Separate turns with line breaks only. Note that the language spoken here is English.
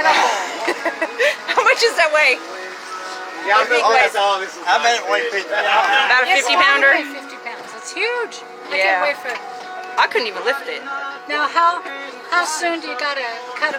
incredible.
How much does that weigh?
Yeah, I'm
Big
all
ways.
that's all this is.
I bet it weighed 50 pounds.
About a 50
It's
pounder?
only 50 pounds. It's huge. I
Yeah.
can't wait for it.
I couldn't even lift it.
Now, how, how soon do you gotta cut